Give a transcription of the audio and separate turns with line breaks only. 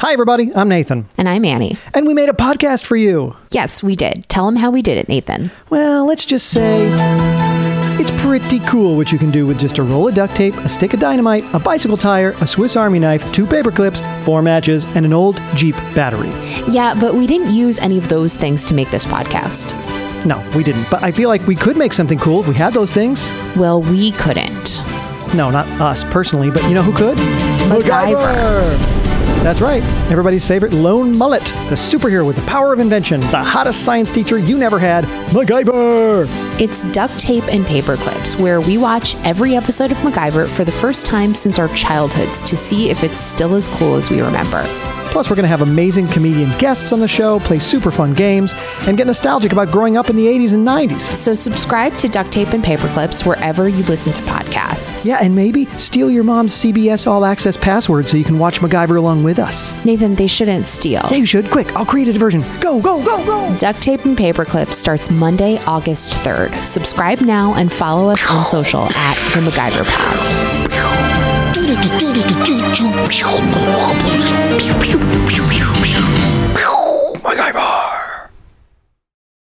Hi, everybody. I'm Nathan.
And I'm Annie.
And we made a podcast for you.
Yes, we did. Tell them how we did it, Nathan.
Well, let's just say it's pretty cool what you can do with just a roll of duct tape, a stick of dynamite, a bicycle tire, a Swiss Army knife, two paper clips, four matches, and an old Jeep battery.
Yeah, but we didn't use any of those things to make this podcast.
No, we didn't. But I feel like we could make something cool if we had those things.
Well, we couldn't.
No, not us personally, but you know who could? That's right. Everybody's favorite lone mullet, the superhero with the power of invention, the hottest science teacher you never had, MacGyver.
It's Duct Tape and Paper Clips, where we watch every episode of MacGyver for the first time since our childhoods to see if it's still as cool as we remember.
Plus, we're going to have amazing comedian guests on the show, play super fun games, and get nostalgic about growing up in the 80s and 90s.
So subscribe to Duct Tape and Paper Clips wherever you listen to podcasts.
Yeah, and maybe steal your mom's CBS All Access password so you can watch MacGyver along with us.
Nathan, they shouldn't steal.
Yeah, you should. Quick, I'll create a diversion. Go, go, go, go.
Duct Tape and Paperclip starts Monday, August 3rd. Subscribe now and follow us on social at The MacGyver Pod.
Pew.